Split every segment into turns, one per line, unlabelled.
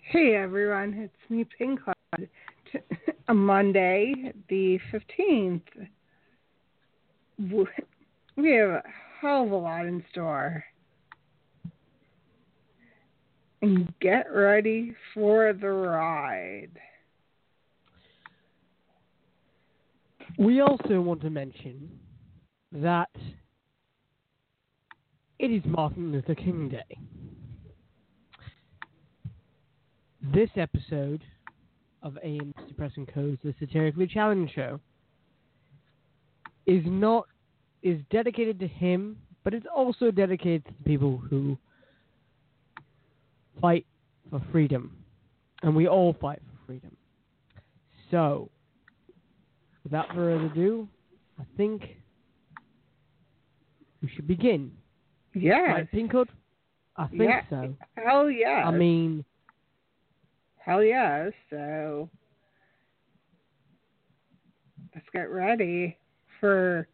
Hey everyone, it's me, Pink Cloud. T- a Monday, the 15th. W- We have a hell of a lot in store. And get ready for the ride.
We also want to mention that it is Martin Luther King Day. This episode of AM's Depressing Codes, the Satirically Challenged Show, is not is dedicated to him, but it's also dedicated to the people who fight for freedom, and we all fight for freedom. So, without further ado, I think we should begin.
Yes.
Right, Pinkwood? I think
Yeah.
so.
Hell yes.
I mean,
hell yes. So let's get ready for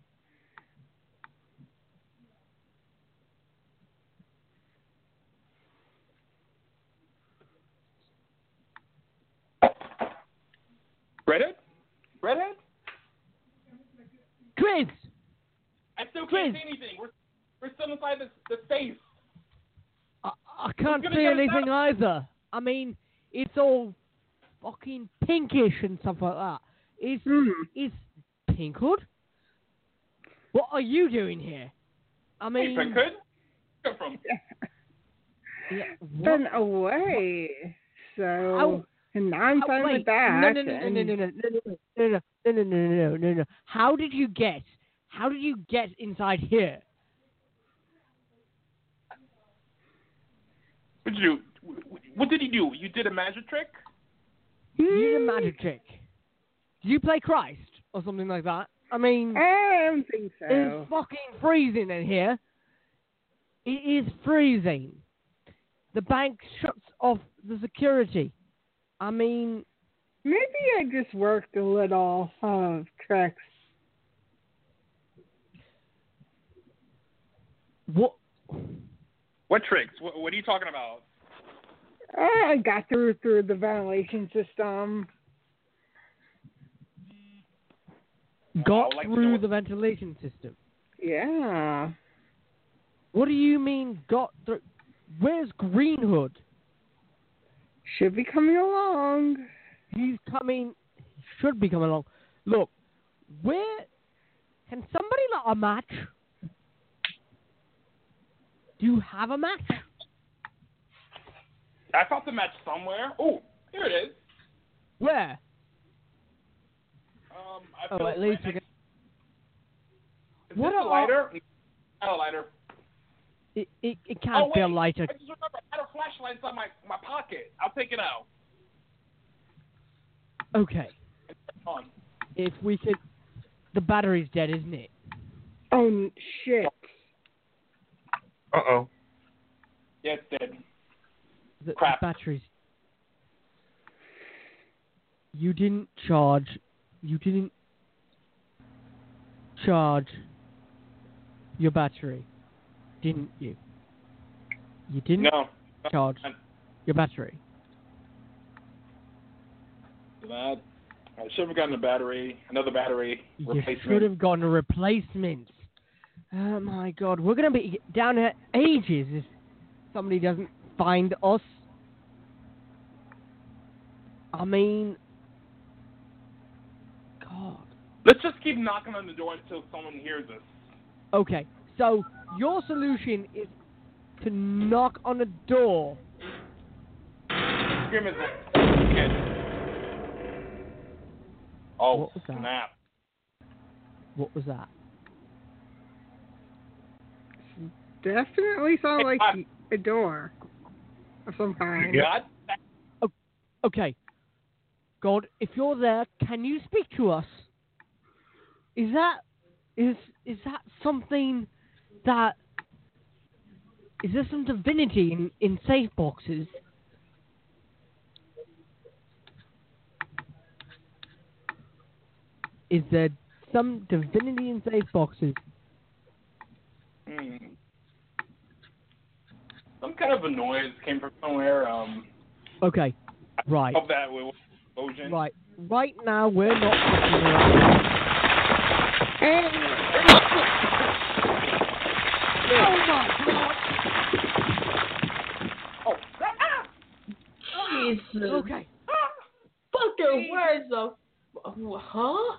Redhead? Redhead?
Chris!
I still
Quiz.
can't see anything. We're, we're still inside the, the space.
I, I can't
gonna
see
go
anything
down?
either. I mean, it's all fucking pinkish and stuff like that. Is
Hmm.
is Pinkwood? What are you doing here? I
Hey,
mean,
Pinkhood? Come from.
yeah, what?
been away. So
Oh.
and I'm
Oh,
fine
wait.
with that.
No, no, no,
and-
no, no, no, no, no, no, no, no, no, no, no, no, no. How did you get? How did you get inside here?
What did you do? What did he do? You did a magic trick?
You
Hmm.
did a magic trick. Did you play Christ or something like that? I mean,
I don't think so.
It's fucking freezing in here. It is freezing. The bank shuts off the security. I mean,
Maybe I just worked a little of tricks.
what?
What tricks? What, what are you talking about?
Oh, I got through through the ventilation system.
Got
like to know
through
what-
the ventilation system.
Yeah.
What do you mean got through? Where's Green Hood?
Should be coming along.
He's coming. He should be coming along. Look, where can somebody like a match? Do you have a match?
I found the match somewhere. Oh, here it is.
Where?
Um, I
Oh,
feel
at least
right
we can.
next- Is
what
this a
are-
lighter? Not a lighter.
It, it, it
oh,
can't
wait.
be a lighter
I just remember I had a flashlight inside my, my pocket. I'll take it out.
Okay.
It's on.
If we could. The battery's dead, isn't it?
Oh shit.
Uh oh. Yeah, it's dead.
The, the
Crap.
battery's. You didn't charge. You didn't charge your battery, didn't you? You didn't
No.
charge your battery.
That. I should have gotten a battery, another battery
You should
replacement.
have gotten a replacement. Oh my God, we're going to be down here ages if somebody doesn't find us. I mean, God.
Let's just keep knocking on the door until someone hears us.
Okay, so your solution is to knock on the door.
Scream as a kid. Oh,
What was that?
snap.
What was that?
Definitely sound like a door of some kind.
God, that-
Okay. God, if you're there, can you speak to us? Is that is is that something that is there some divinity in, in safe boxes? Is there some divinity in safe boxes?
hmm. Some kind of a noise came from somewhere. Um,
Okay. Right.
of that we- explosion.
Right. Right now we're not
Hey,
Oh my god.
Oh, ah,
Jesus.
Okay.
ah,
Fucking words of. Huh?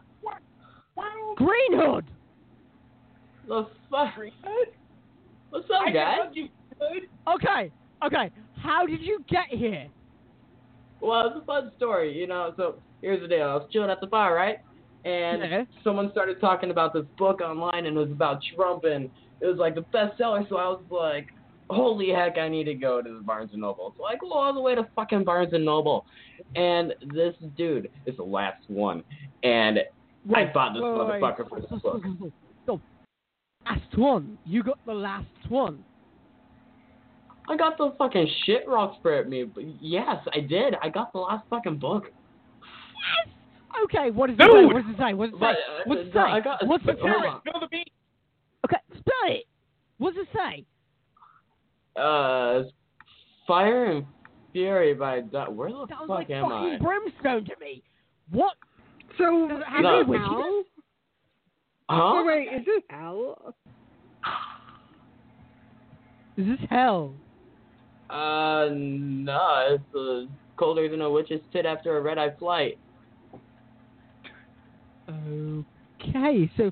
wow.
Green Hood!
The fuck?
Greenwood?
What's
I
up, guys?
love you, Greenwood.
Okay, okay. How did you get here?
Well, it's a fun story, you know. So here's the deal: I was chilling at the bar, right? And
Yeah.
someone started talking about this book online, and it was about Trump, and it was like the bestseller. So I was like, "Holy heck, I need to go to the Barnes and Noble." So I go all the way to fucking Barnes and Noble, and this dude is the last one, and I bought this motherfucker for this book.
The last one. You got the last one.
I got the fucking shit rocked spray at me. But yes, I did. I got the last fucking book.
Okay, what does it say?
Dude!
What does it say? What does it
But,
say?
uh,
What's it
no,
say?
I got-
What's it
but hold
say?
on.
Spill the beans.
Okay, spell it. What does it say?
Uh, Fire and Fury by. Dot. Where the
Sounds
fuck
like
am I?
fucking brimstone to me. What?
so
Does it
is
have
No.
it
language?
Al?
Huh?
Oh, wait, is it Al?
Is this hell?
Uh, no, it's uh, colder than a witch's tit after a red eye flight.
Okay, so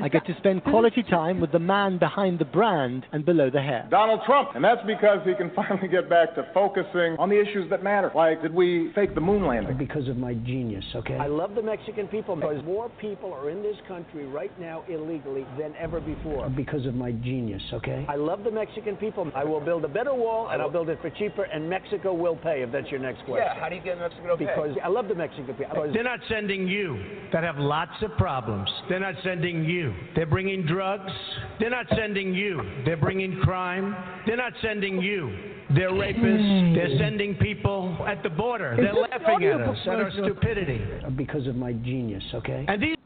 I get to spend quality time with the man behind the brand and below the hair.
Donald Trump. And that's because he can finally get back to focusing on the issues that matter. Like, did we fake the moon landing?
Because of my genius, okay? I love the Mexican people because more people are in this country right now illegally than ever before. Because of my genius, okay? I love the Mexican people. I will build a better wall and I'll build it for cheaper and Mexico will pay if that's your next question. Yeah, how do you get Mexico to Because I love the Mexican people.
They're not sending you that have lots of problems. They're not sending you. They're bringing drugs. They're not sending you. They're bringing crime. They're not sending you. They're
Hmm.
rapists. They're sending people at the border. They're
this
laughing at
audio
us at our stupidity.
Because of my genius, okay?
And these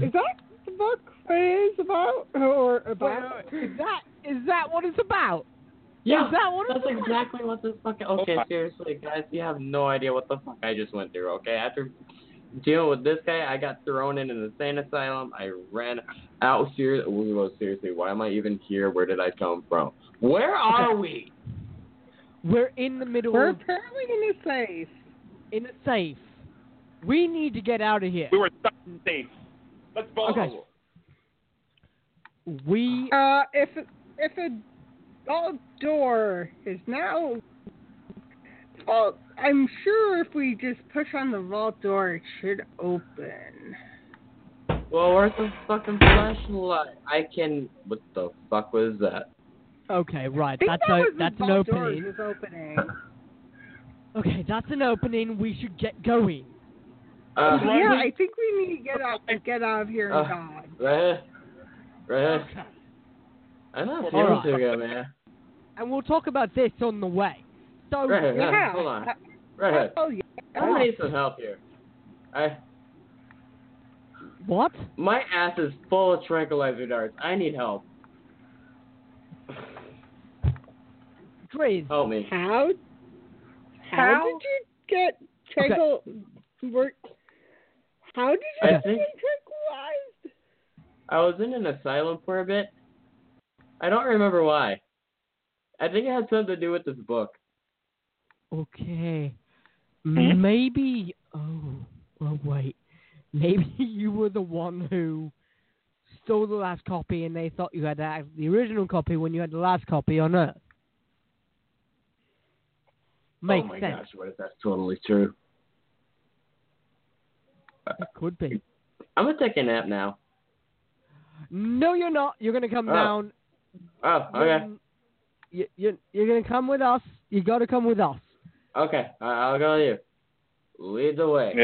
Is that the book what it is about? Or about?
is that is that what it's about?
Yeah,
Is that what it
that's
was?
exactly what this fucking. Okay, seriously, guys, you have no idea what the fuck I just went through. Okay, after dealing with this guy, I got thrown in an insane asylum. I ran out. Ser- well, seriously, why am I even here? Where did I come from? Where are we?
We're in the middle
We're
of
apparently in a safe.
in it safe. We need to get out of here.
We were stuck in the States. Let's vote.
Okay. We
Uh, if if a all door is now, well, I'm sure if we just push on the vault door, it should open.
Well, where's the fucking flashlight? I can. What the fuck was that?
okay, right.
I think
That's
that
a
was the
that's an
vault door
opening.
was opening.
Okay, that's an opening. We should get going.
Uh,
yeah, I think we need to get out get out of here and
Uh,
gone.
Right. Right. I'm not feeling
Alright.
too good, man.
And we'll talk about this on the way. So
Right here,
Yeah.
hold on.
uh,
Right here.
Oh yeah.
I need some help here. I,
what?
my ass is full of tranquilizer darts. I need help.
Driz,
Help me.
How?
How?
How did you get trickle? Work. How did you
I
get
think-
trickleized?
I was in an asylum for a bit. I don't remember why. I think it had something to do with this book.
Okay.
Hmm?
Maybe. Oh, well, wait. Maybe you were the one who stole the last copy and they thought you had uh, the original copy when you had the last copy on Earth. Makes
oh my
sense.
gosh, what if that's totally true?
It could be.
I'm gonna take a nap now.
No, you're not. You're going to come
Oh,
down.
Oh, okay,
when- You, you, you're going to come with us. you got to come with us.
okay. I- I'll go with you. Lead the way.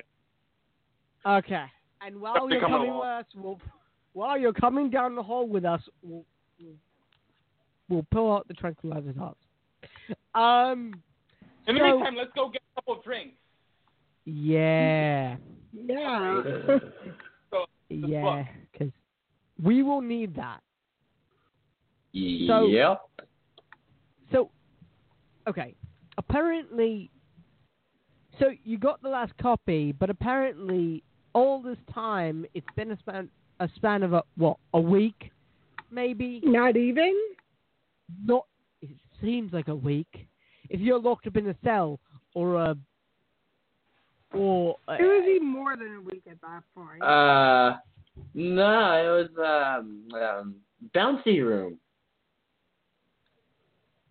Yeah.
Okay. And while
Definitely
you're
come
coming with
along.
us, we'll, while you're coming down the hall with us, we'll, we'll- we'll pull out the tranquilizer darts. Um,
In the
So-
meantime, let's go get a couple drinks.
yeah,
Yeah.
yeah, because we will need that. So-
Yep.
So, okay, apparently, so you got the last copy, but apparently, all this time it's been a span a span of a, what a week, maybe.
Not even?
not it seems like a week if you're locked up in a cell or a or
It was even more than a week at that point.
Uh, no, it was um, um bouncy room.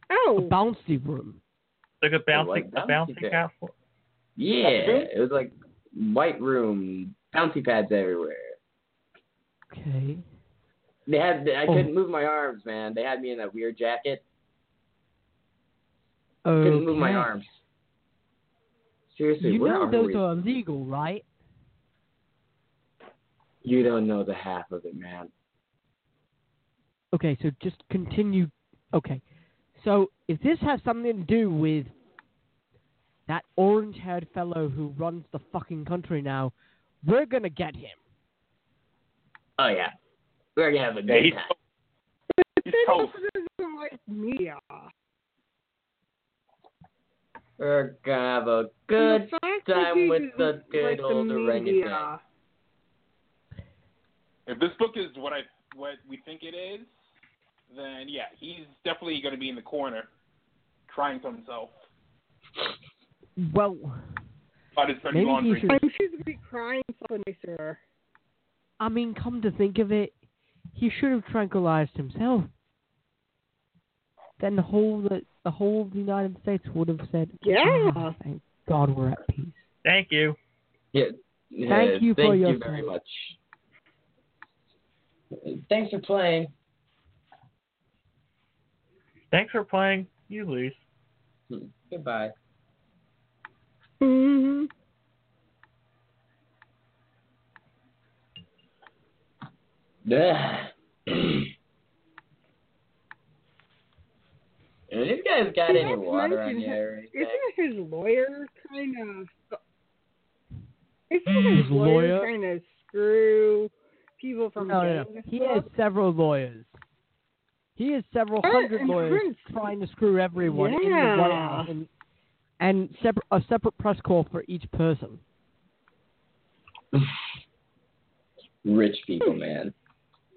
a
oh,
bouncy room
Like a
like
bouncing, a
bouncy
bouncing
bit.
castle.
Yeah,
Okay.
it was like white room, bouncy pads everywhere.
okay
They had I
Oh.
couldn't move my arms, man. They had me in that weird jacket.
okay.
Couldn't move my arms. Seriously,
Oh, you
where
know
are
those
we?
are illegal right
You don't know the half of it, man.
okay so just continue okay so if this has something to do with that orange haired fellow who runs the fucking country now we're gonna get him
Oh yeah, we're gonna have a
Yeah,
good
he's
time.
he's
this
toast.
doesn't like media.
We're gonna have a
The
good
fact that
time
he
with
didn't
the
like
good
the
old orangutan.
media.
If this book is what I what we think it is, then yeah, he's definitely going to be in the corner, trying for himself.
well
About his dirty
Maybe he
laundry.
should-
I'm she's gonna be crying someplace her.
i mean come to think of it he should have tranquilized himself. Then the whole the, the whole of the United States would have said,
Yeah.
"Ah, thank God we're at peace."
Thank you.
Yeah,
Thank you for
thank
your
you very
time.
much. Thanks for playing.
Thanks for playing. You lose.
Hmm. Goodbye.
Mm-hmm.
Ugh. and if you guys got
See,
any
that's
water on
mentioned.
you or anything,
Isn't his lawyer kind of? Isn't his
His
lawyer
lawyer?
trying to screw people from
No, no, no.
getting this
He
book?
has several lawyers. He has several
Yeah,
hundred
and
lawyers
Prince-
trying to screw everyone in the White
Yeah.
House and and separ a separate press call for each person.
rich people, man.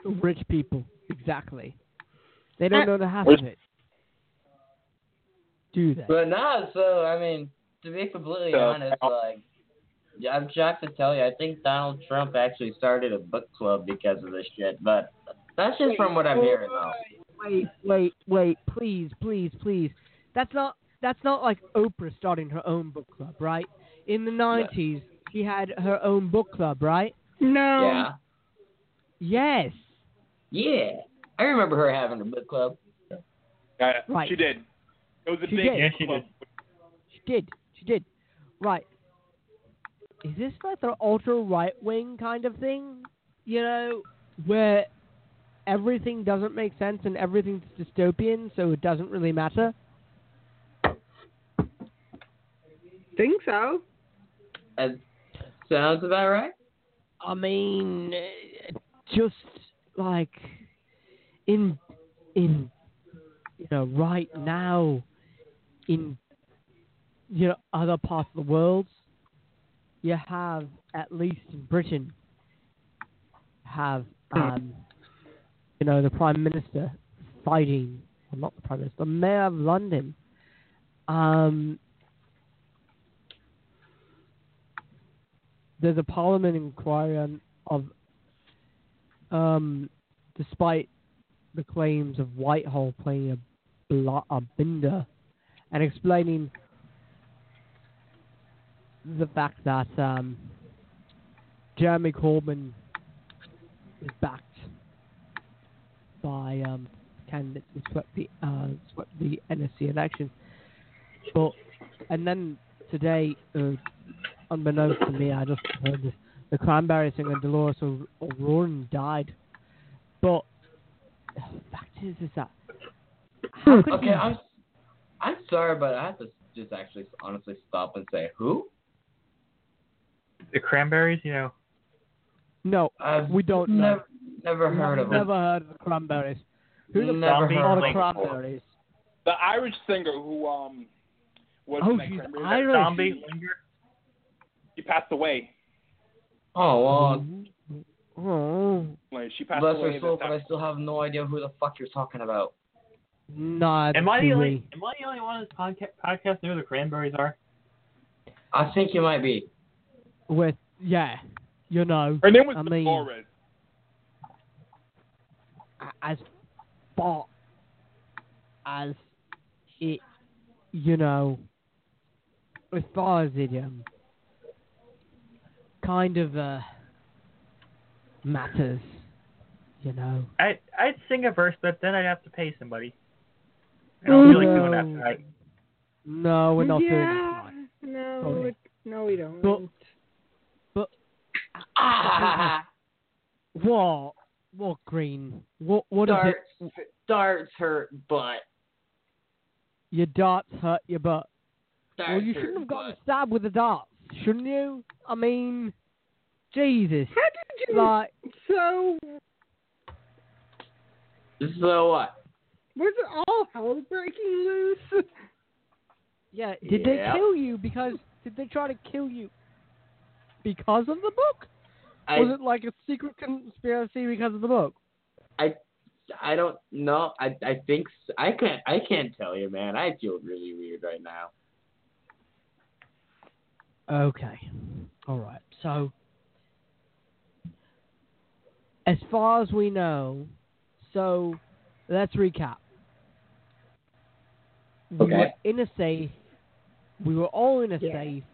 Mm-hmm.
Rich people, exactly. They don't
Uh,
know the half of it. Do they?
But not so. I mean, to be completely
So-
honest, like yeah, I'm shocked to tell you, I think Donald Trump actually started a book club because of this shit. But that's just from what I'm hearing,
Oh,
though.
wait, wait, wait, please, please, please. That's not that's not like Oprah starting her own book club, right? In the nineties she had her own book club, right?
No.
Yeah,
Yes.
yeah. I remember her having a book club.
Yeah,
Right.
She did. It was a
She
big
did.
Yeah, she
club.
She did. She did. Right. Is this like the ultra right wing kind of thing? You know, where everything doesn't make sense and everything's dystopian, so it doesn't really matter?
Think so.
Sounds about right.
I mean, eh, just like in in you know right now in you know other parts of the world, you have at least in Britain have um, you know, the Prime Minister fighting, well, not the Prime Minister, the Mayor of London. Um, there's a Parliament inquiry on, of, um, despite the claims of Whitehall playing a, bla a binder and explaining the fact that um, Jeremy Corbyn is backed by um, candidates who swept the uh, swept the NSC election. But and then today, uh, unbeknownst to me, I just heard this, the Cranberry singer Dolores O- O'Rourke died. But the fact is, is that how could
Okay,
you-
I'm I'm sorry, but I have to just actually honestly stop and say who?
The cranberries, you know.
no,
I've
we don't know.
never never heard of
Never
them.
heard of the cranberries. Who the
Never
fuck
heard
are
of
the
them.
cranberries?
The Irish singer who um was
Oh,
in that
she's
Cranberries, that
Irish.
Zombie linger.
She passed away.
Oh well,
Oh,
Like she passed
bless
away.
her
this
soul, but I
time.
still have no idea who the fuck you're talking about.
not
Am I the
to
only?
me.
Mm-hmm.
Am I the only one on this podca- podcast who the cranberries are?
I think you might be.
With yeah, you know,
Her name was
I mean-
Dolores.
a- as far as it, you know, as far as it um, kind of uh, matters, you know.
I I'd sing a verse, but then I'd have to pay somebody. I don't
Mm-hmm.
feel like doing
No.
that
Mm-hmm.
tonight.
No, we're not doing it
yeah.
tonight.
No,
Sorry.
we- no, we don't.
But-
Ah,
What? What green? What? What is it?
darts, darts hurt butt.
Your darts hurt your butt.
Darts
Well, you
hurt
shouldn't have gotten
butt.
stabbed with a dart, shouldn't you? I mean, Jesus.
How did you?
Like,
so
So uh, what?
was it all hell breaking loose?
yeah, did
Yeah.
they kill you because, did they try to kill you because of the book?
I
Was it like a secret conspiracy because of the book?
I don't know. I I think s- I can't I can't tell you, man. I feel really weird right now.
Okay. All right. So, as far as we know, so let's recap. We
Okay.
were in a safe. We were all in a
Yeah.
safe.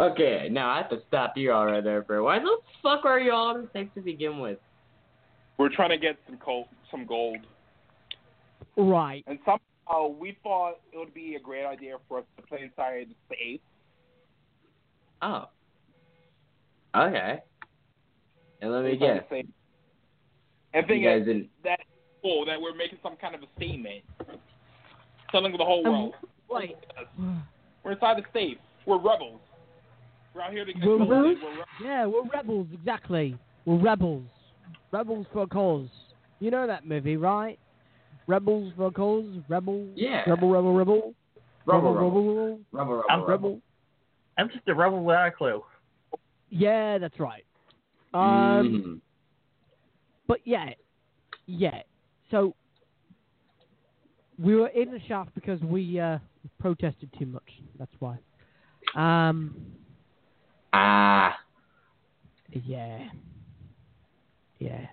Okay, now I have to stop you all right there for. Why the fuck are you all in the safe to begin with?
We're trying to get some gold, some gold,
Right.
and somehow we thought it would be a great idea for us to play inside the safe.
Oh. Okay. And let me
inside
guess.
the safe. And thing
You guys
is
didn't.
that cool that we're making some kind of a statement, telling the whole
Um,
world
Wait.
we're inside the safe. We're rebels. We're out here to get
We're
gold.
rebels?
We're rebels.
Yeah, we're rebels, exactly. We're rebels. Rebels for a cause. You know that movie, right? Rebels for a cause. Rebel.
Yeah.
Rebel, rebel, rebel. rebel,
Rubble,
rebel,
rubble,
rebel.
rubble, rubble,
I'm
rubble.
rebel.
I'm just a rebel without a clue.
Yeah, that's right. Um,
Mhm.
But yeah, yeah. So we were in the shaft because we uh, protested too much. That's why. Um,
Ah.
yeah, yeah.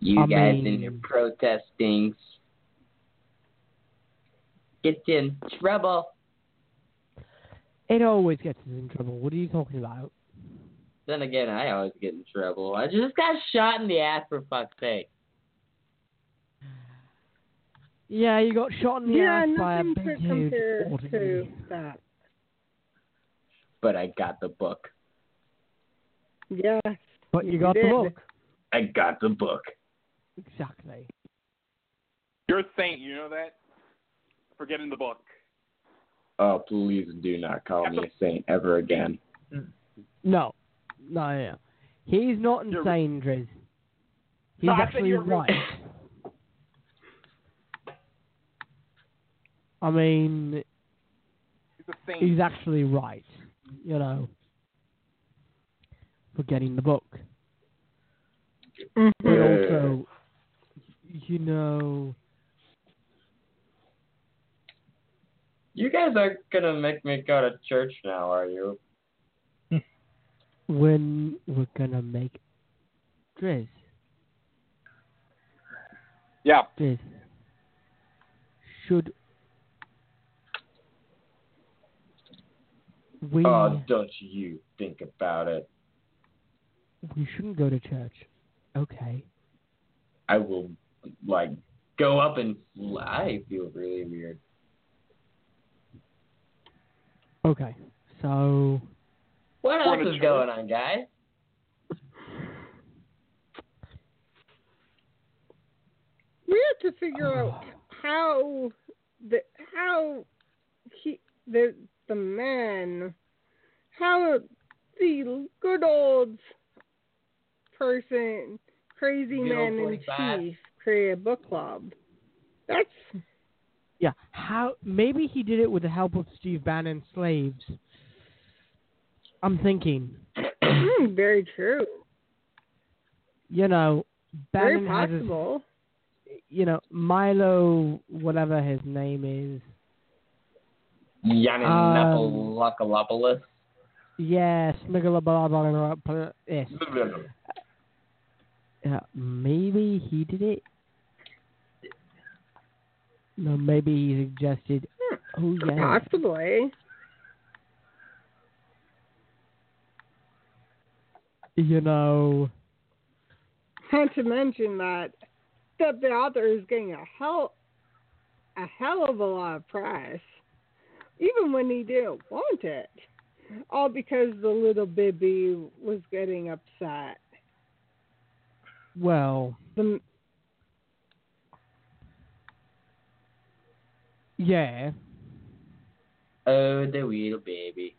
You
I
guys
mean-
in your protestings. Get in trouble.
It always gets us in trouble. What are you talking about?
Then again, I always get in trouble. I just got shot in the ass for fuck's sake.
Yeah, you got shot in the
yeah,
ass by a
nothing
big
to
dude.
compare to
Ordinary.
that.
But I got the book.
Yes.
But you
You
got the
did.
book.
I got the book.
Exactly.
You're a saint. You know that. Forgetting the book.
Oh, please do not call me a saint ever again.
No, no, no. no. He's not
You're-
insane, Driz. He's
No, I think
actually
you're-
right. I mean,
He's a saint.
he's actually right. You know, for getting the book.
Mhm.
But also, you know,
You guys aren't gonna make me go to church now, are you?
when we're gonna make Driz,
Yeah.
Driz, should we?
Oh, don't you think about it.
we shouldn't go to church. Okay.
I will like go up and I feel really weird.
Okay. So
What
Going
else
to
is
church?
going on, guys?
We have to figure out how the how he the the man how the good old person crazy
Good
man
old
in
45.
chief create a book club. That's
yeah, how maybe he did it with the help of Steve Bannon slaves. I'm thinking,
mm, very true.
you know,
Very
Bannon has his
possible.
you know, Milo, whatever his name is.
Yanni
Um,
Napalokalopoulos.
Yes, Miguel Yes. Yeah, maybe he did it. No, maybe he suggested. Oh yeah,
Possibly.
you know.
Not to mention that that the author is getting a hell a hell of a lot of press, even when he didn't want it. All because the little bibby was getting upset.
Well,
The,
yeah,
Oh, the wheel baby.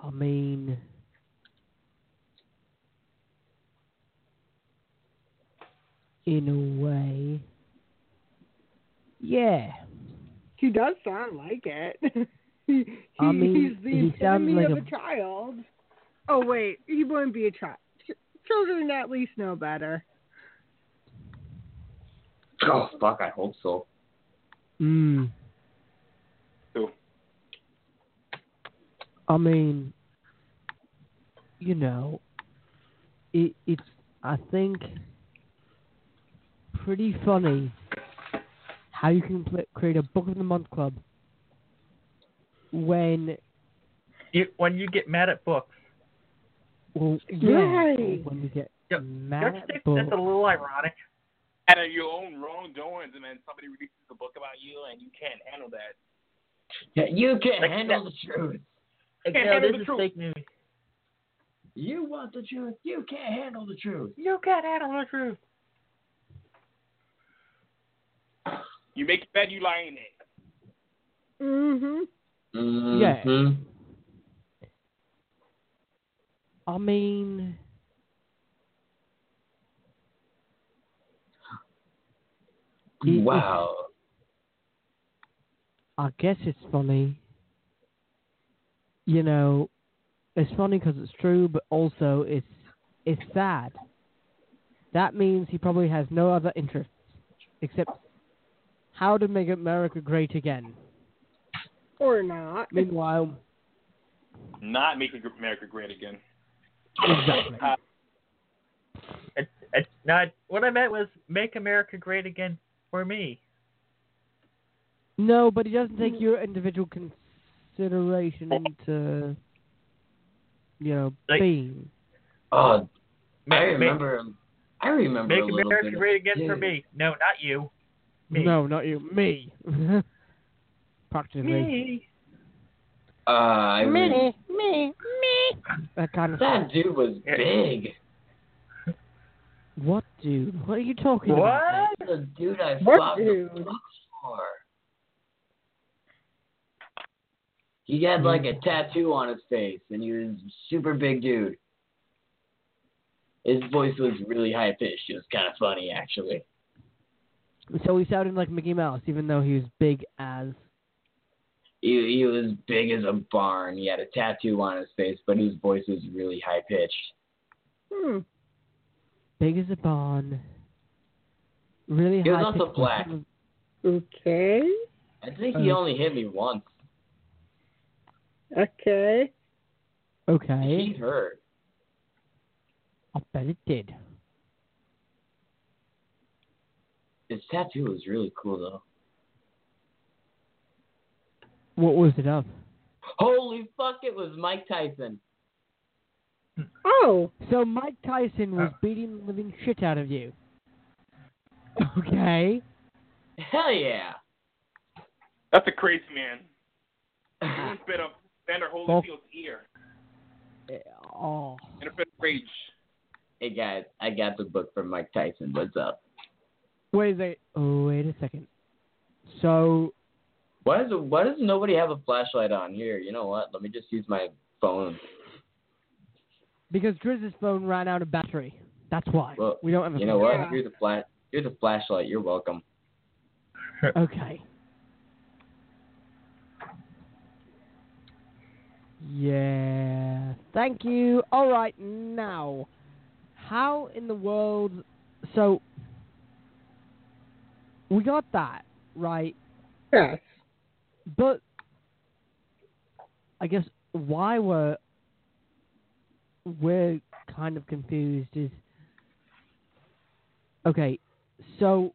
I mean, in a way, yeah.
he does sound like it. he,
I mean,
he's the
he sounds
epitome
like
of
a-
a child. Oh wait, he wouldn't be a child. Children at least know better.
Oh fuck, I hope so.
Mm.
Who?
I mean, you know, it, it's I think pretty funny how you can pl- create a book of the month club when
You, when you get mad at books,
well yeah
Right.
when we get
Yep.
mad
don't you think
book.
that's a little ironic?
Out of your own wrongdoings, and then somebody releases a book about you, and you can't handle that.
Yeah, you can
Like,
handle
no.
the truth.
Can't
no,
handle
this
the
is
truth.
fake news. You want the truth? You can't handle the truth.
You can't handle the truth.
You make the bed, you lie in it.
Mhm.
Mm-hmm.
Yeah. I mean, It-
Wow.
I guess it's funny. You know, it's funny because it's true, but also it's it's sad. That means he probably has no other interests except how to make America great again.
Or not.
Meanwhile,
Not making America great again.
exactly.
It's, it's not. What I meant was make America great again for me.
No, but he doesn't take your individual consideration into, you know,
Like-
being.
Oh, I
Make, make,
remember him. I remember
make
a little
America
bit of-
great again
yeah.
for me. No, not you. Me.
No, not you. Me. Practically.
Me.
Uh, I re-
me, me.
That kind of
that dude was
Yeah.
big.
What, dude? What are you talking
What?
about? mate?
The dude I
What
flopped
dude?
the books for. He had like a tattoo on his face, and he was a super big dude. His voice was really high pitched. It was kind of funny, actually.
So he sounded like Mickey Mouse, even though he was big as.
He, he was big as a barn. He had a tattoo on his face, but his voice was really high pitched.
Hmm.
big as a barn. Really
He was
high.
also black.
Okay.
I think he
Oh.
only hit me once.
Okay.
Okay.
He hurt.
I bet it did.
His tattoo was really cool though.
What was it of?
Holy fuck! It was Mike Tyson.
Oh,
So Mike Tyson was beating the living shit out of you. Okay.
Hell yeah.
That's a crazy man.
Ah.
He spit up Vander Holyfield's ear
Oh.
in a fit of rage.
hey guys, I got the book from Mike Tyson. What's up?
Wait a sec- Oh, wait a second. So
Why does why does nobody have a flashlight on here? You know what? Let me just use my phone.
because Driz's phone ran out of battery, that's why
Well,
we don't have a.
You know what?
Yeah.
Here's a flash. Here's a flashlight. You're welcome.
Okay. Yeah. Thank you. All right now, how in the world? So we got that right,
yes.
but I guess why we're we're kind of confused is okay. So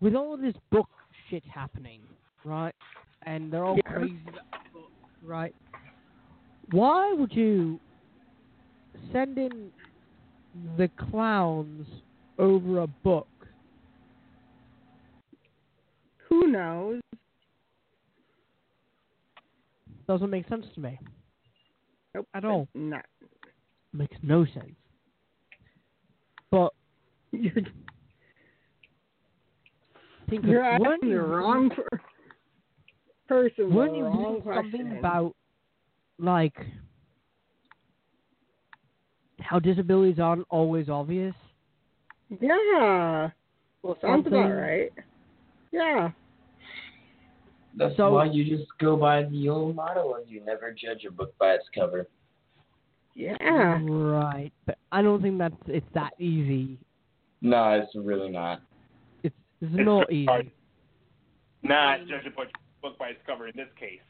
with all this book shit happening, right? And they're all
Yeah.
crazy about the book, right? Why would you send in the clowns over a book?
Who knows?
Doesn't make sense to me.
Nope.
At all.
Not.
Makes no sense. But
You're,
think of-
you're asking
weren't
the
you
wrong per- person. the
Weren't you
wrong
reading
question.
something about like how disabilities aren't always obvious
Yeah.
or
Sounds
something?
about right. Yeah.
That's
So-
why you just go by the old motto of you never judge a book by its cover.
Yeah.
Mm-hmm. Right, but I don't think that's it's that easy.
No, it's really not.
It's, it's not
very
easy.
hard. Not judge a book, book by its cover in this case.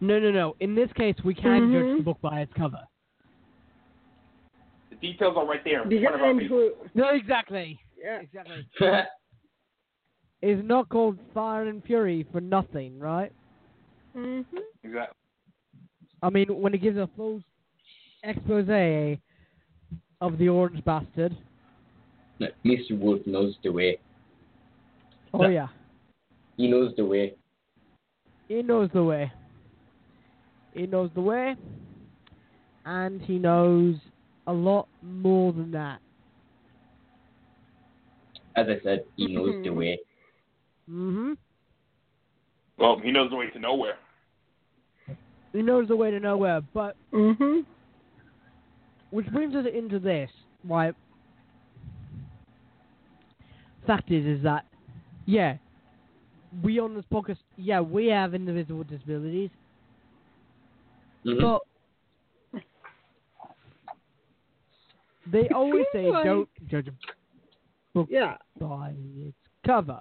No, no, no. In this case, we can
Mhm.
judge the book by its cover.
The details are right there in front of our
Behind
face.
who?
No, exactly.
Yeah.
Exactly.
That's
It's not called Fire and Fury for nothing, right?
hmm
Exactly.
I mean, when it gives a full expose of the orange bastard.
Mr. Wolf knows the way.
Oh yeah.
He knows the way.
He knows the way. He knows the way, and he knows a lot more than that.
As I said, he knows the
Mhm.
way.
hmm
Well, he knows the way to nowhere.
He knows the way to nowhere. But
hmm
which brings us into this, right? Fact is, is that yeah, we on this podcast, yeah, we have individual disabilities,
Mhm.
but they always say
Like-
don't judge a
Yeah.
book by its cover.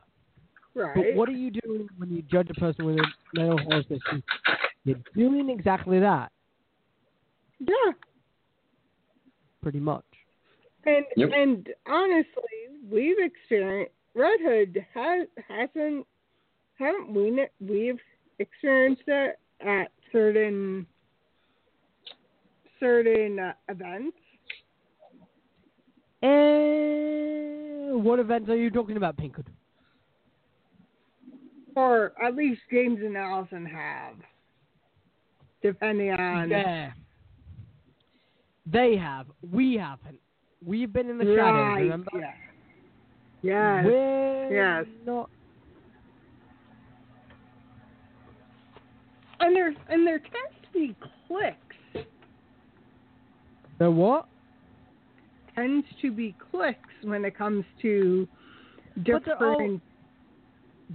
Right.
But what are you doing when you judge a person with a mental health issue? You're doing exactly that,
yeah.
pretty much.
And
Yep.
and honestly, we've experienced Red Hood has hasn't haven't we ne- we've experienced it at certain certain uh, events.
And what events are you talking about, Pinkwood?
Or at least James and Allison have. Depending on
Yeah. They have. We haven't. We've been in the shadows,
Right,
remember?
Yeah. Yes.
We're
yes.
not.
And there and there tends to be clicks.
The what?
Tends to be clicks when it comes to
But they're all-
different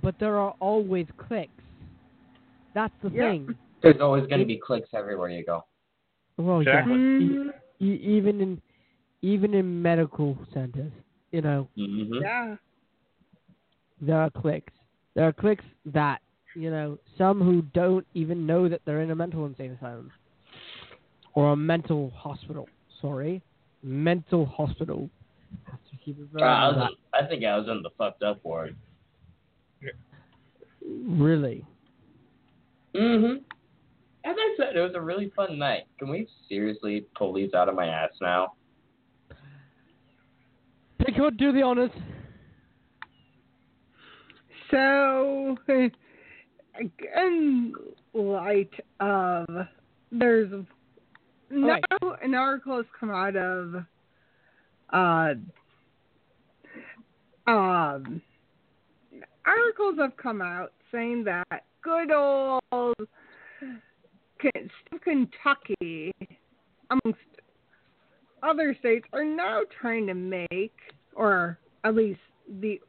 But there are always clicks. That's the
Yeah.
thing.
There's always going to be clicks everywhere you go.
Well,
Exactly.
yeah. E- even in even in medical centers, you know,
Mm-hmm.
Yeah.
there are cliques. There are cliques that, you know, some who don't even know that they're in a mental insane asylum or a mental hospital. Sorry, mental hospital. Have to keep it very
I, was, I think I was in the fucked up ward.
Really?
Mm-hmm. As I said, it was a really fun night. Can we seriously pull these out of my ass now?
They could do the honors.
So, in light of there's now an article has come out of uh, um, articles have come out saying that good old Ken- Kentucky, amongst other states, are now trying to make, or at least the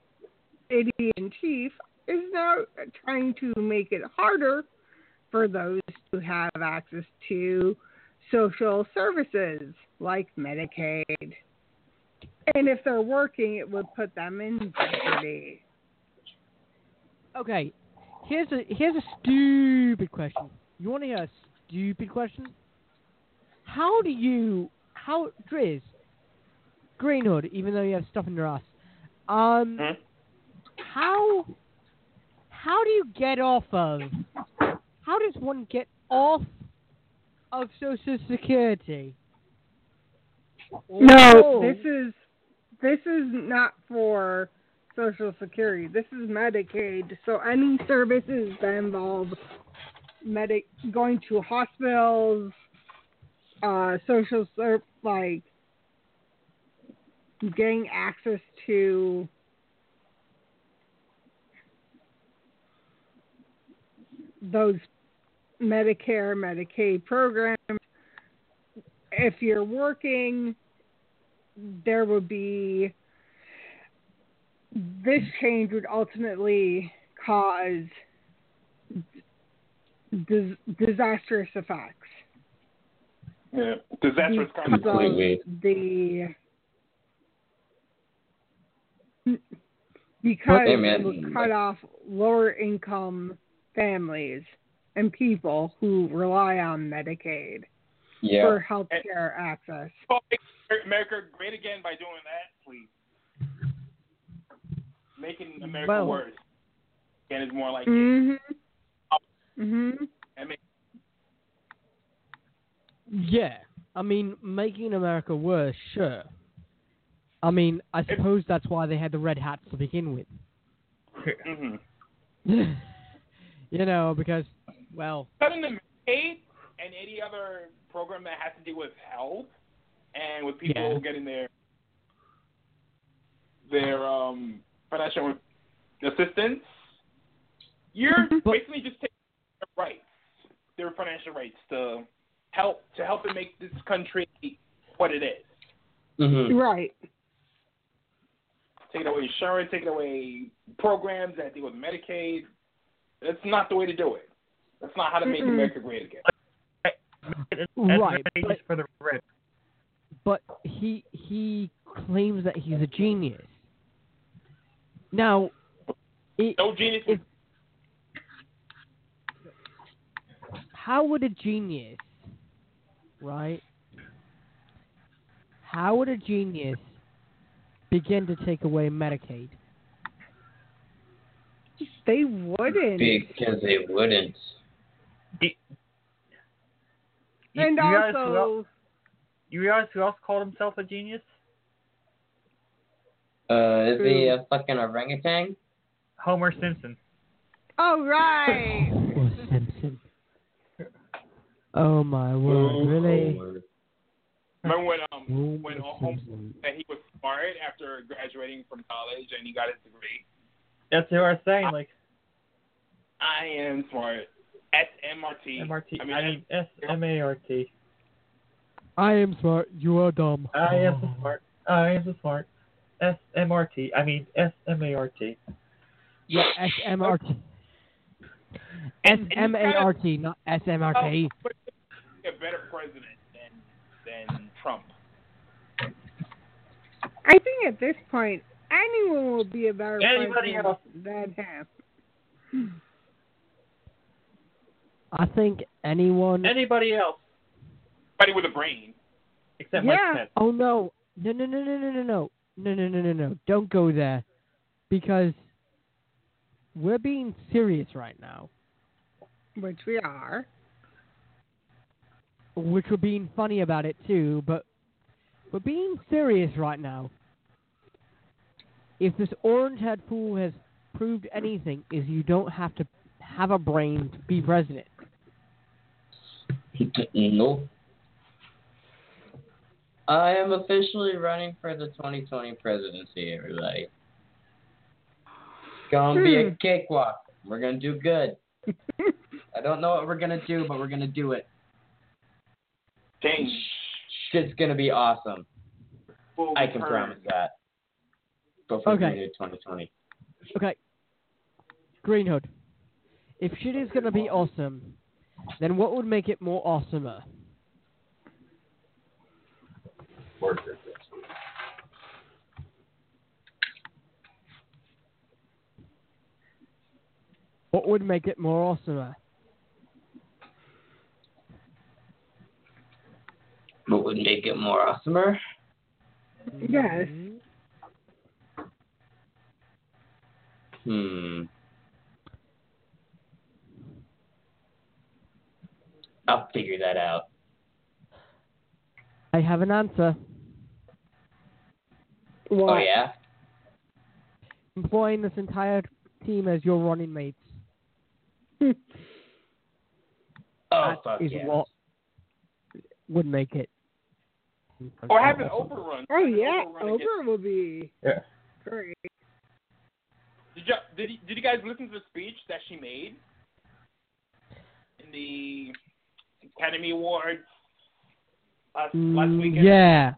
AD in chief is now trying to make it harder for those who have access to social services like Medicaid. And if they're working, it would put them in jeopardy.
Okay, here's a here's a stupid question. You want to hear a stupid question? How do you how Driz Greenhood? Even though you have stuff in your ass, um,
Hmm?
how how do you get off of? How does one get off of Social Security?
No,
Oh,
this is this is not for Social Security. This is Medicaid. So any services that involve medic going to hospitals, uh, social ser- like getting access to those Medicare, Medicaid programs. If you're working, there would be this change would ultimately cause dis- disastrous effects
Yeah. Disastrous
because
consequences.
of
Completely.
the because
Hey,
it
man.
would cut off lower income families and people who rely on Medicaid
Yeah.
for health care access.
Oh, make America great again by doing that, please. Making America
Well.
worse. And it's more like
Mhm. Mhm.
I mean,
Yeah, I mean, making America worse, sure. I mean, I suppose that's why they had the red hats to begin with.
mhm.
you know, because well,
Other than Medicaid and any other program that has to do with health and with people
Yeah.
getting their their um financial assistance, you're
But-
basically just taking their rights, their financial rights to help to help it make this country what it is.
Mm-hmm.
Right.
taking away insurance, taking away programs that deal with Medicaid. That's not the way to do it. That's not how to make
Mm-mm.
America great again.
That's
Right,
outrageous
but-
for the rip.
but he he claims that he's a genius. Now, it,
No genius.
If- how would a genius, right? How would a genius begin to take away Medicaid?
They wouldn't.
Because they wouldn't.
You,
and
you realize who else,
also,
you realize who else called himself a genius?
Uh, is he
True.
a fucking orangutan?
Homer Simpson.
oh right.
Or Simpson? Oh my word! Really?
Remember when um when
Homer
Homer
Simpson.
that he was smart after graduating from college and he got his degree.
That's who I was saying. Like
I am smart. S M R T.
MRT.
I mean,
I mean S M A R T.
I am smart. You are dumb.
I am
Mm.
so smart. I am so smart. S M R T. I mean S M A R T.
Yeah, SMRT. SMART, not SMRT.
a better president than than Trump.
I think at this point, anyone will be a better
Anybody
president
else?
than him.
I think anyone.
Anybody else
Somebody with a brain.
except
Yeah.
Mike Pence.
Oh no! No no no no no no no no no no no no! Don't go there, because we're being serious right now,
Which we are.
which we're being funny about it too. But we're being serious right now. If this orange-haired fool has proved anything, is you don't have to have a brain to be president.
nope. I am officially running for the 2020 presidency, everybody. Gonna be a
Hmm.
cakewalk. We're gonna do good. I don't know what we're gonna do, but we're gonna do it.
Change.
Shit's gonna be awesome.
Full
I can
return.
promise that. Before
Okay.
the year 2020.
Okay. Green Hood. If shit is going to be awesome, then what would make it more awesomer? What would make it more awesomer?
What would make it more awesomer? Mm-hmm.
Yes.
Hmm. I'll figure that out.
I have an answer.
Oh yeah.
Employing this entire team as your running mates.
Oh
Oh,
That
fuck
is
yeah.
what would make it.
Or have an Oprah run.
Oh, yeah.
Oprah run against-
Oprah will be
Yeah.
great.
Did you did you, did you guys listen to the speech that she made in the Academy Awards last, last
Mm,
weekend?
yeah.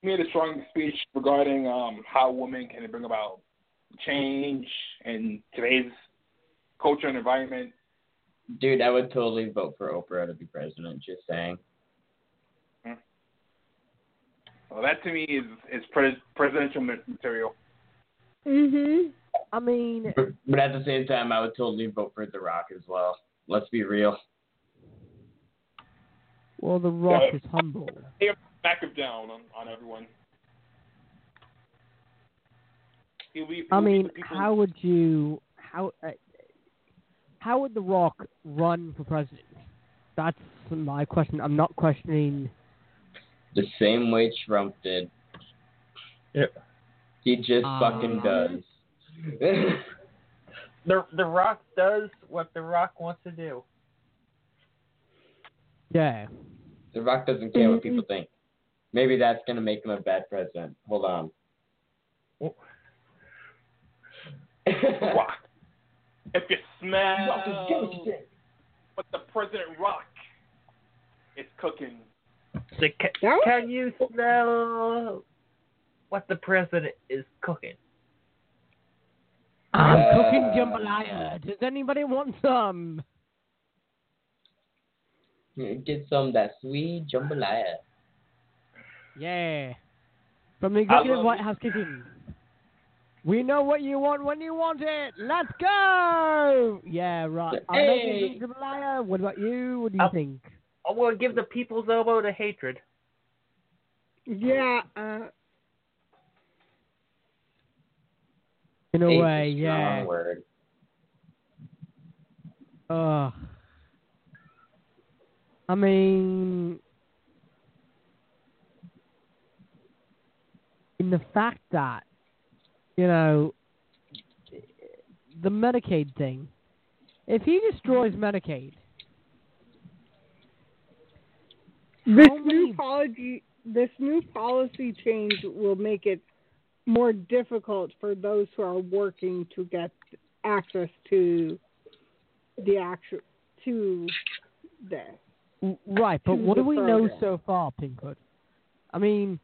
She made a strong speech regarding um, how women can bring about change in today's culture and environment.
Dude, I would totally vote for Oprah to be president. Just saying.
Well, that to me is is pres- presidential material.
Mm-hmm.
I mean,
But, but at the same time, I would totally vote for The Rock as well. Let's be real.
well, The Rock is humble.
Back of down on, on everyone. He'll be-
I
he'll be
mean,
the people-
how would you how uh, how would The Rock run for president? That's my question. I'm not questioning.
The same way Trump did.
Yep.
He just
Um,
fucking does.
The The Rock does what The Rock wants to do.
Yeah,
the Rock doesn't care what people think. Maybe that's gonna make him a bad president. Hold on.
Well-
Rock. If you
Rock is
smell
ghosted.
what the president rock is cooking,
So ca-
That was
can you smell what the president is cooking?
I'm
Uh,
cooking jambalaya. Does anybody want some?
Get some of that sweet jambalaya.
Yeah, from the executive
love
White
it.
House kitchen. We know what you want when you want it. Let's go. Yeah, right. I'm making
Hey.
some jambalaya. What about you? What do you
Up.
think?
I will give the people's elbow to hatred.
yeah. Uh,
In a
Hate's
way,
strong
yeah.
word.
Ugh. Uh, I mean, in the fact that, you know, the Medicaid thing, if he destroys Medicaid,
this
How
new
many-
policy, this new policy change will make it more difficult for those who are working to get access to the actual to this.
w- right, but
To
what
the
do we know
program.
so far, Pinkwood? I mean,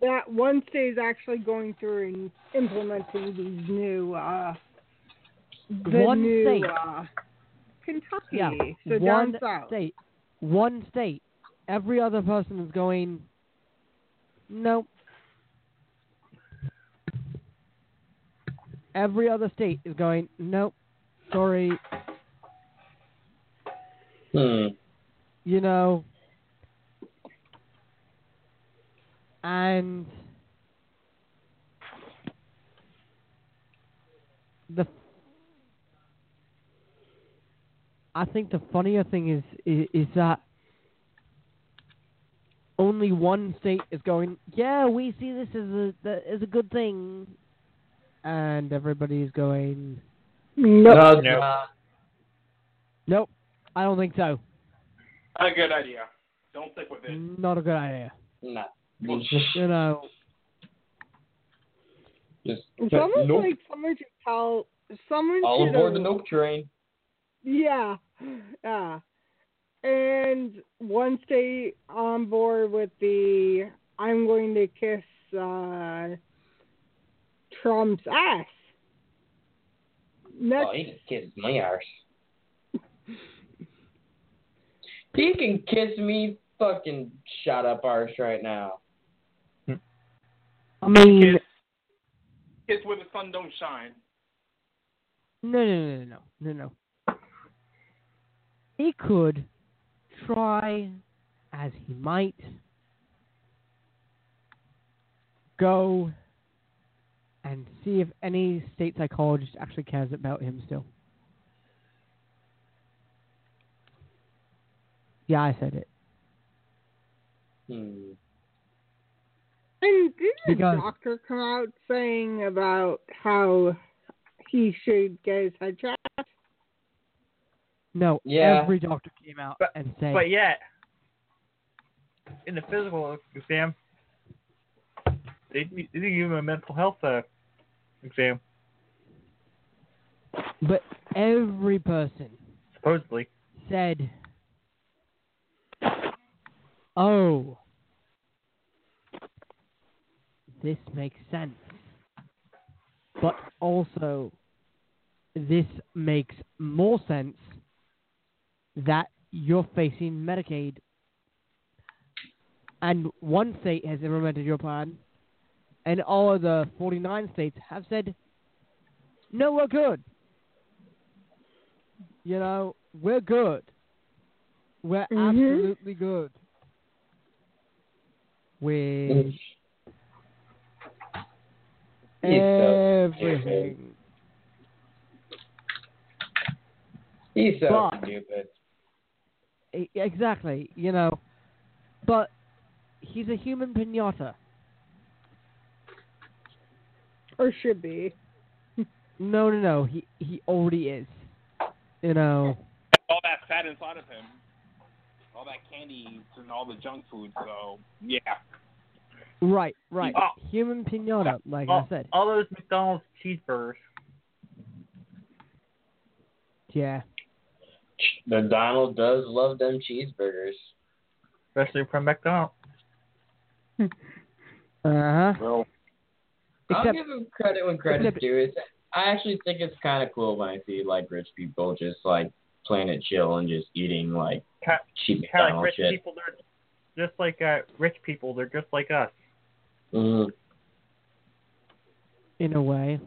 That one state is actually going through and implementing these new uh, the
One
new
state.
uh, Kentucky.
yeah,
so
one
down south.
state, one state. Every other person is going, nope, Every other state is going, nope, sorry,
Hmm.
you know. And the I think the funnier thing is, is is that only one state is going, yeah, we see this as a the, as a good thing, and everybody's going,
Nope.
No,
No.
uh,
nope, I don't think so.
Not a good idea. Don't stick with it.
Not a good idea.
no.
You know,
Just,
It's almost
Uh, nope.
like someone should tell someone
All
should
aboard the nope train.
Yeah. Yeah. And once they on board with the I'm going to kiss uh, Trump's ass. Next
Oh, he can kiss my arse. He can kiss me fucking shot up arse right now.
I mean,
Kiss, kiss where the sun don't shine.
No, no, no, no, no, no, no. He could try, as he might, go and see if any state psychologist actually cares about him still. Yeah, I said it.
Hmm.
And did the
Because-
doctor come out saying about how he should get his head checked?
No,
Yeah.
every doctor came out
But-
and said,
But yet, in the physical exam, they, they didn't give him a mental health uh, exam,
but every person
supposedly.
said, Oh, this makes sense. But also, this makes more sense that you're facing Medicaid. And one state has implemented your plan, and all of the 49 states have said, No, we're good. You know, we're good. We're
Mhm.
absolutely good. With
He's so,
everything.
he's so
But-
stupid.
E- Exactly, you know. But he's a human pinata.
Or should be.
No, no, no. He he already is. You know.
All that fat inside of him. All that candy and all the junk food. So yeah.
Right, right.
Oh.
Human pinata, like
all,
I said.
all those McDonald's cheeseburgers.
Yeah.
The Donald does love them cheeseburgers.
especially from McDonald's.
Uh huh.
Well,
I'll
Except
give him credit when credit's
except-
due. It's, I actually think it's kind of cool when I see like rich people just like playing it chill and just eating like
Kind
cheap
of like
McDonald's
rich
shit.
people, they're just like uh, rich people. They're just like us,
Mhm.
in a way.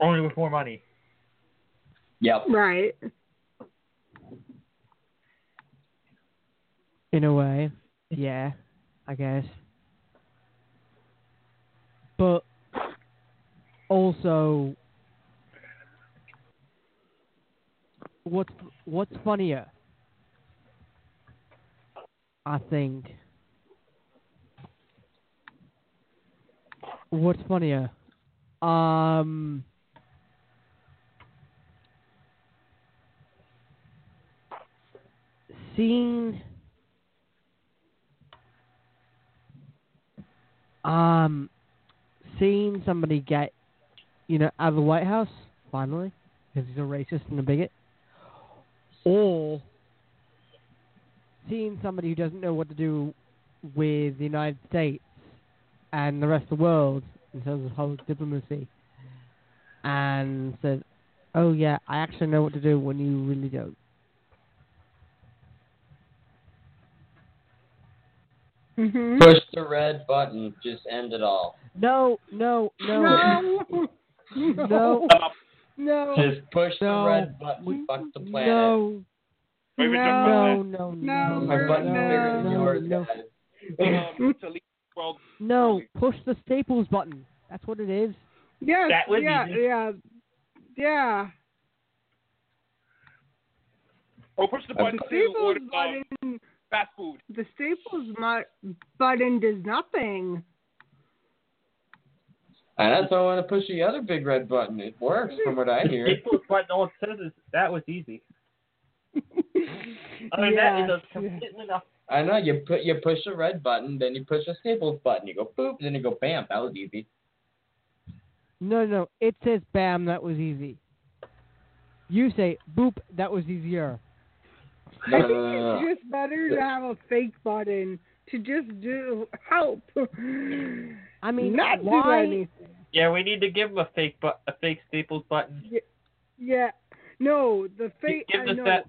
only with more money.
Yep.
Mm-hmm.
Right.
In a way. Yeah, I guess. But also what's what's funnier? I think what's funnier? Um seeing Um, seeing somebody get, you know, out of the White House finally because he's a racist and a bigot, or seeing somebody who doesn't know what to do with the United States and the rest of the world in terms of public diplomacy, and says, "Oh yeah, I actually know what to do when you really don't."
hmm
Push the red button. Just end it all.
No, no, no.
No.
No. No.
Just push
No.
the red button. Fuck the planet.
No.
Wait, we're talking about
No, no,
No,
My
we're-
button's bigger
no,
than yours,
no.
guys.
that. Um, to leave the world.
No, push the staples button. That's what it is.
Yes,
That would be
yeah,
easy.
yeah, yeah.
Oh, push the button
The
to
staples
order uh,
button.
fast food.
The staples mu- button does nothing.
And that's why I want to push the other big red button. It works, from what I hear.
Staples button all it says is that was easy. Other than that,
yeah,
it does
yeah.
completely nothing.
I know you put you push the red button, then you push the staples button. You go boop, then you go bam. That was easy.
No, no. It says bam, that was easy. You say boop, that was easier.
No,
I
no,
think
no, no, no.
it's just better to have a fake button to just do help.
I mean,
Not do
why?
anything.
Yeah, we need to give him a fake but a fake staples button.
Yeah. No, the fake.
give
I
the
know.
sat-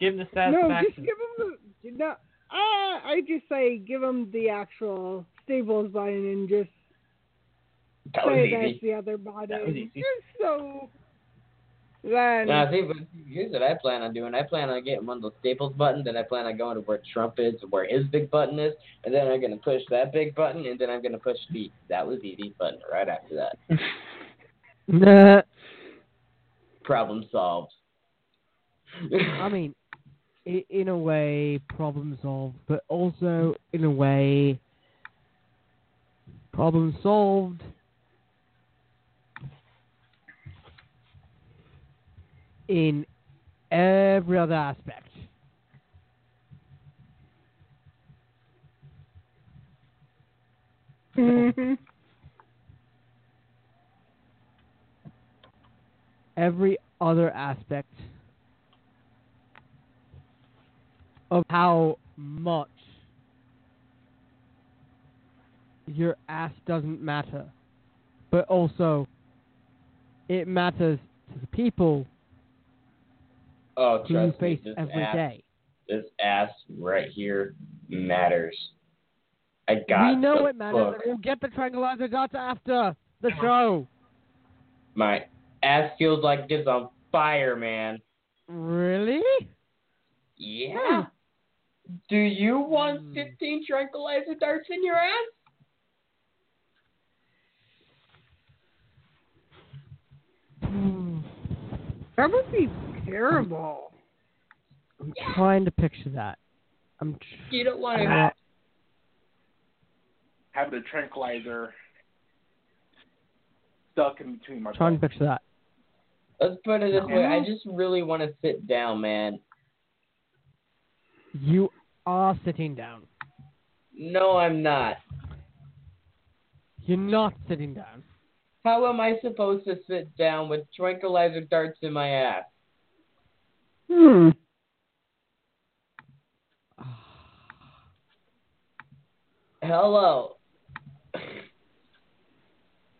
give him
no,
the
just
satisfaction.
give them the. No, I, I just say give them the actual staples button and just
That was
say that's
easy.
the other button.
was easy.
Just so. Then.
Now, see, but here's what I plan on doing. I plan on getting one of those staples buttons, then I plan on going to where Trump is, where his big button is, and then I'm gonna push that big button, and then I'm gonna push the that was easy button right after that.
Nah.
Problem solved.
I mean, i in a way, problem solved, but also in a way, problem solved. In every other aspect.
Mhm.
every other aspect of how much your ass doesn't matter, but also it matters to the people
oh,
who you
trust me,
face
this
every day.
ass, this ass right here matters. I got
We know
the
it matters.
book.
We'll get the tranquilizer data after the show.
My ass feels like it's on fire, man.
Really?
Yeah. Do you want
Hmm.
15 tranquilizer darts in your ass?
Hmm.
that would be terrible.
I'm trying to picture that. I'm tr-
You don't want
Uh,
to.
Have the tranquilizer stuck in between my
trying to
butt.
picture that.
Let's put it this
No.
way. I just really want to sit down, man.
You are sitting down.
No, I'm not.
You're not sitting down.
How am I supposed to sit down with tranquilizer darts in my ass?
Hmm.
Hello.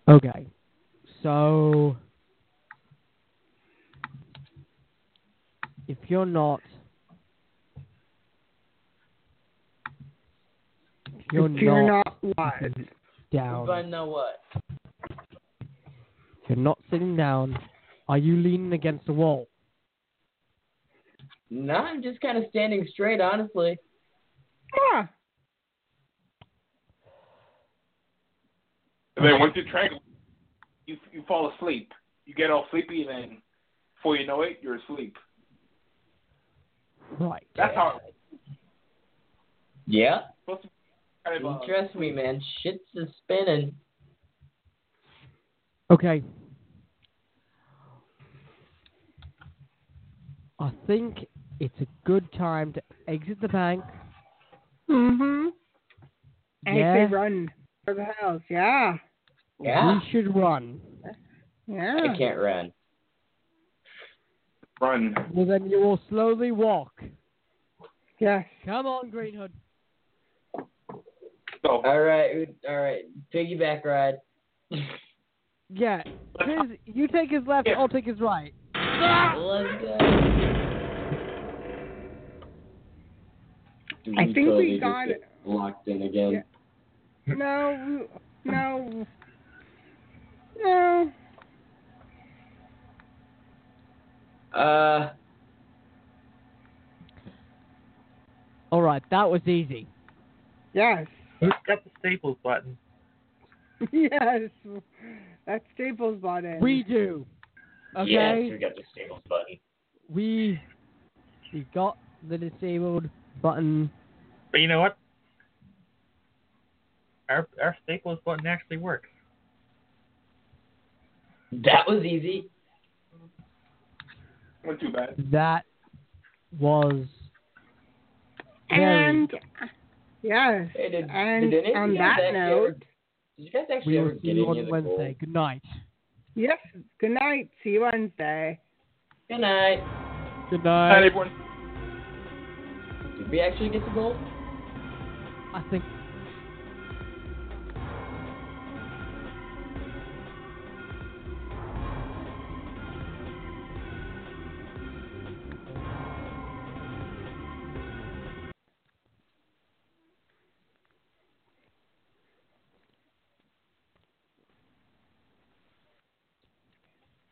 Okay. So if you're not if you're,
If you're
not,
not live.
down.
But know what?
If you're not sitting down, are you leaning against the wall?
No, I'm just kind of standing straight, honestly.
Yeah.
And then once you're tranquil, you you fall asleep. You get all sleepy, and then before you know it, you're asleep.
Right.
That's how it's
Yeah.
supposed to be. Kind of, uh,
Trust me, man. Shit's is spinning.
Okay. I think it's a good time to exit the bank.
Mhm. And
yeah,
they run for the house. Yeah.
Yeah.
we should run.
Yeah.
I can't run.
run.
Well, then you will slowly walk.
Yes.
Come on, Green Hood.
So uh,
All right. All right. Piggyback ride.
Yeah. Piz, you take his left, I'll take his right.
Let's go.
I think we
Totally
got
just get Locked in again.
Yeah. No. No. No.
Uh,
All right, that was easy.
Yes.
Who's got the staples button?
Yes. That Staples bought in.
We do. Okay.
Yes, we got the staples button.
we we got the disabled button.
But you know what? Our our staples button actually works.
That was easy.
Not too bad.
That was very-
and yes.
Hey, did,
And
did any of
on
you
that
guys actually
note-
ever- did you guys actually
we
ever
will
get
see you
any of
on
the
Wednesday. Good night.
Yes. Good night. See you Wednesday.
gold? Good night.
Good
Hi,
night.
everyone.
Did we actually get the gold?
I think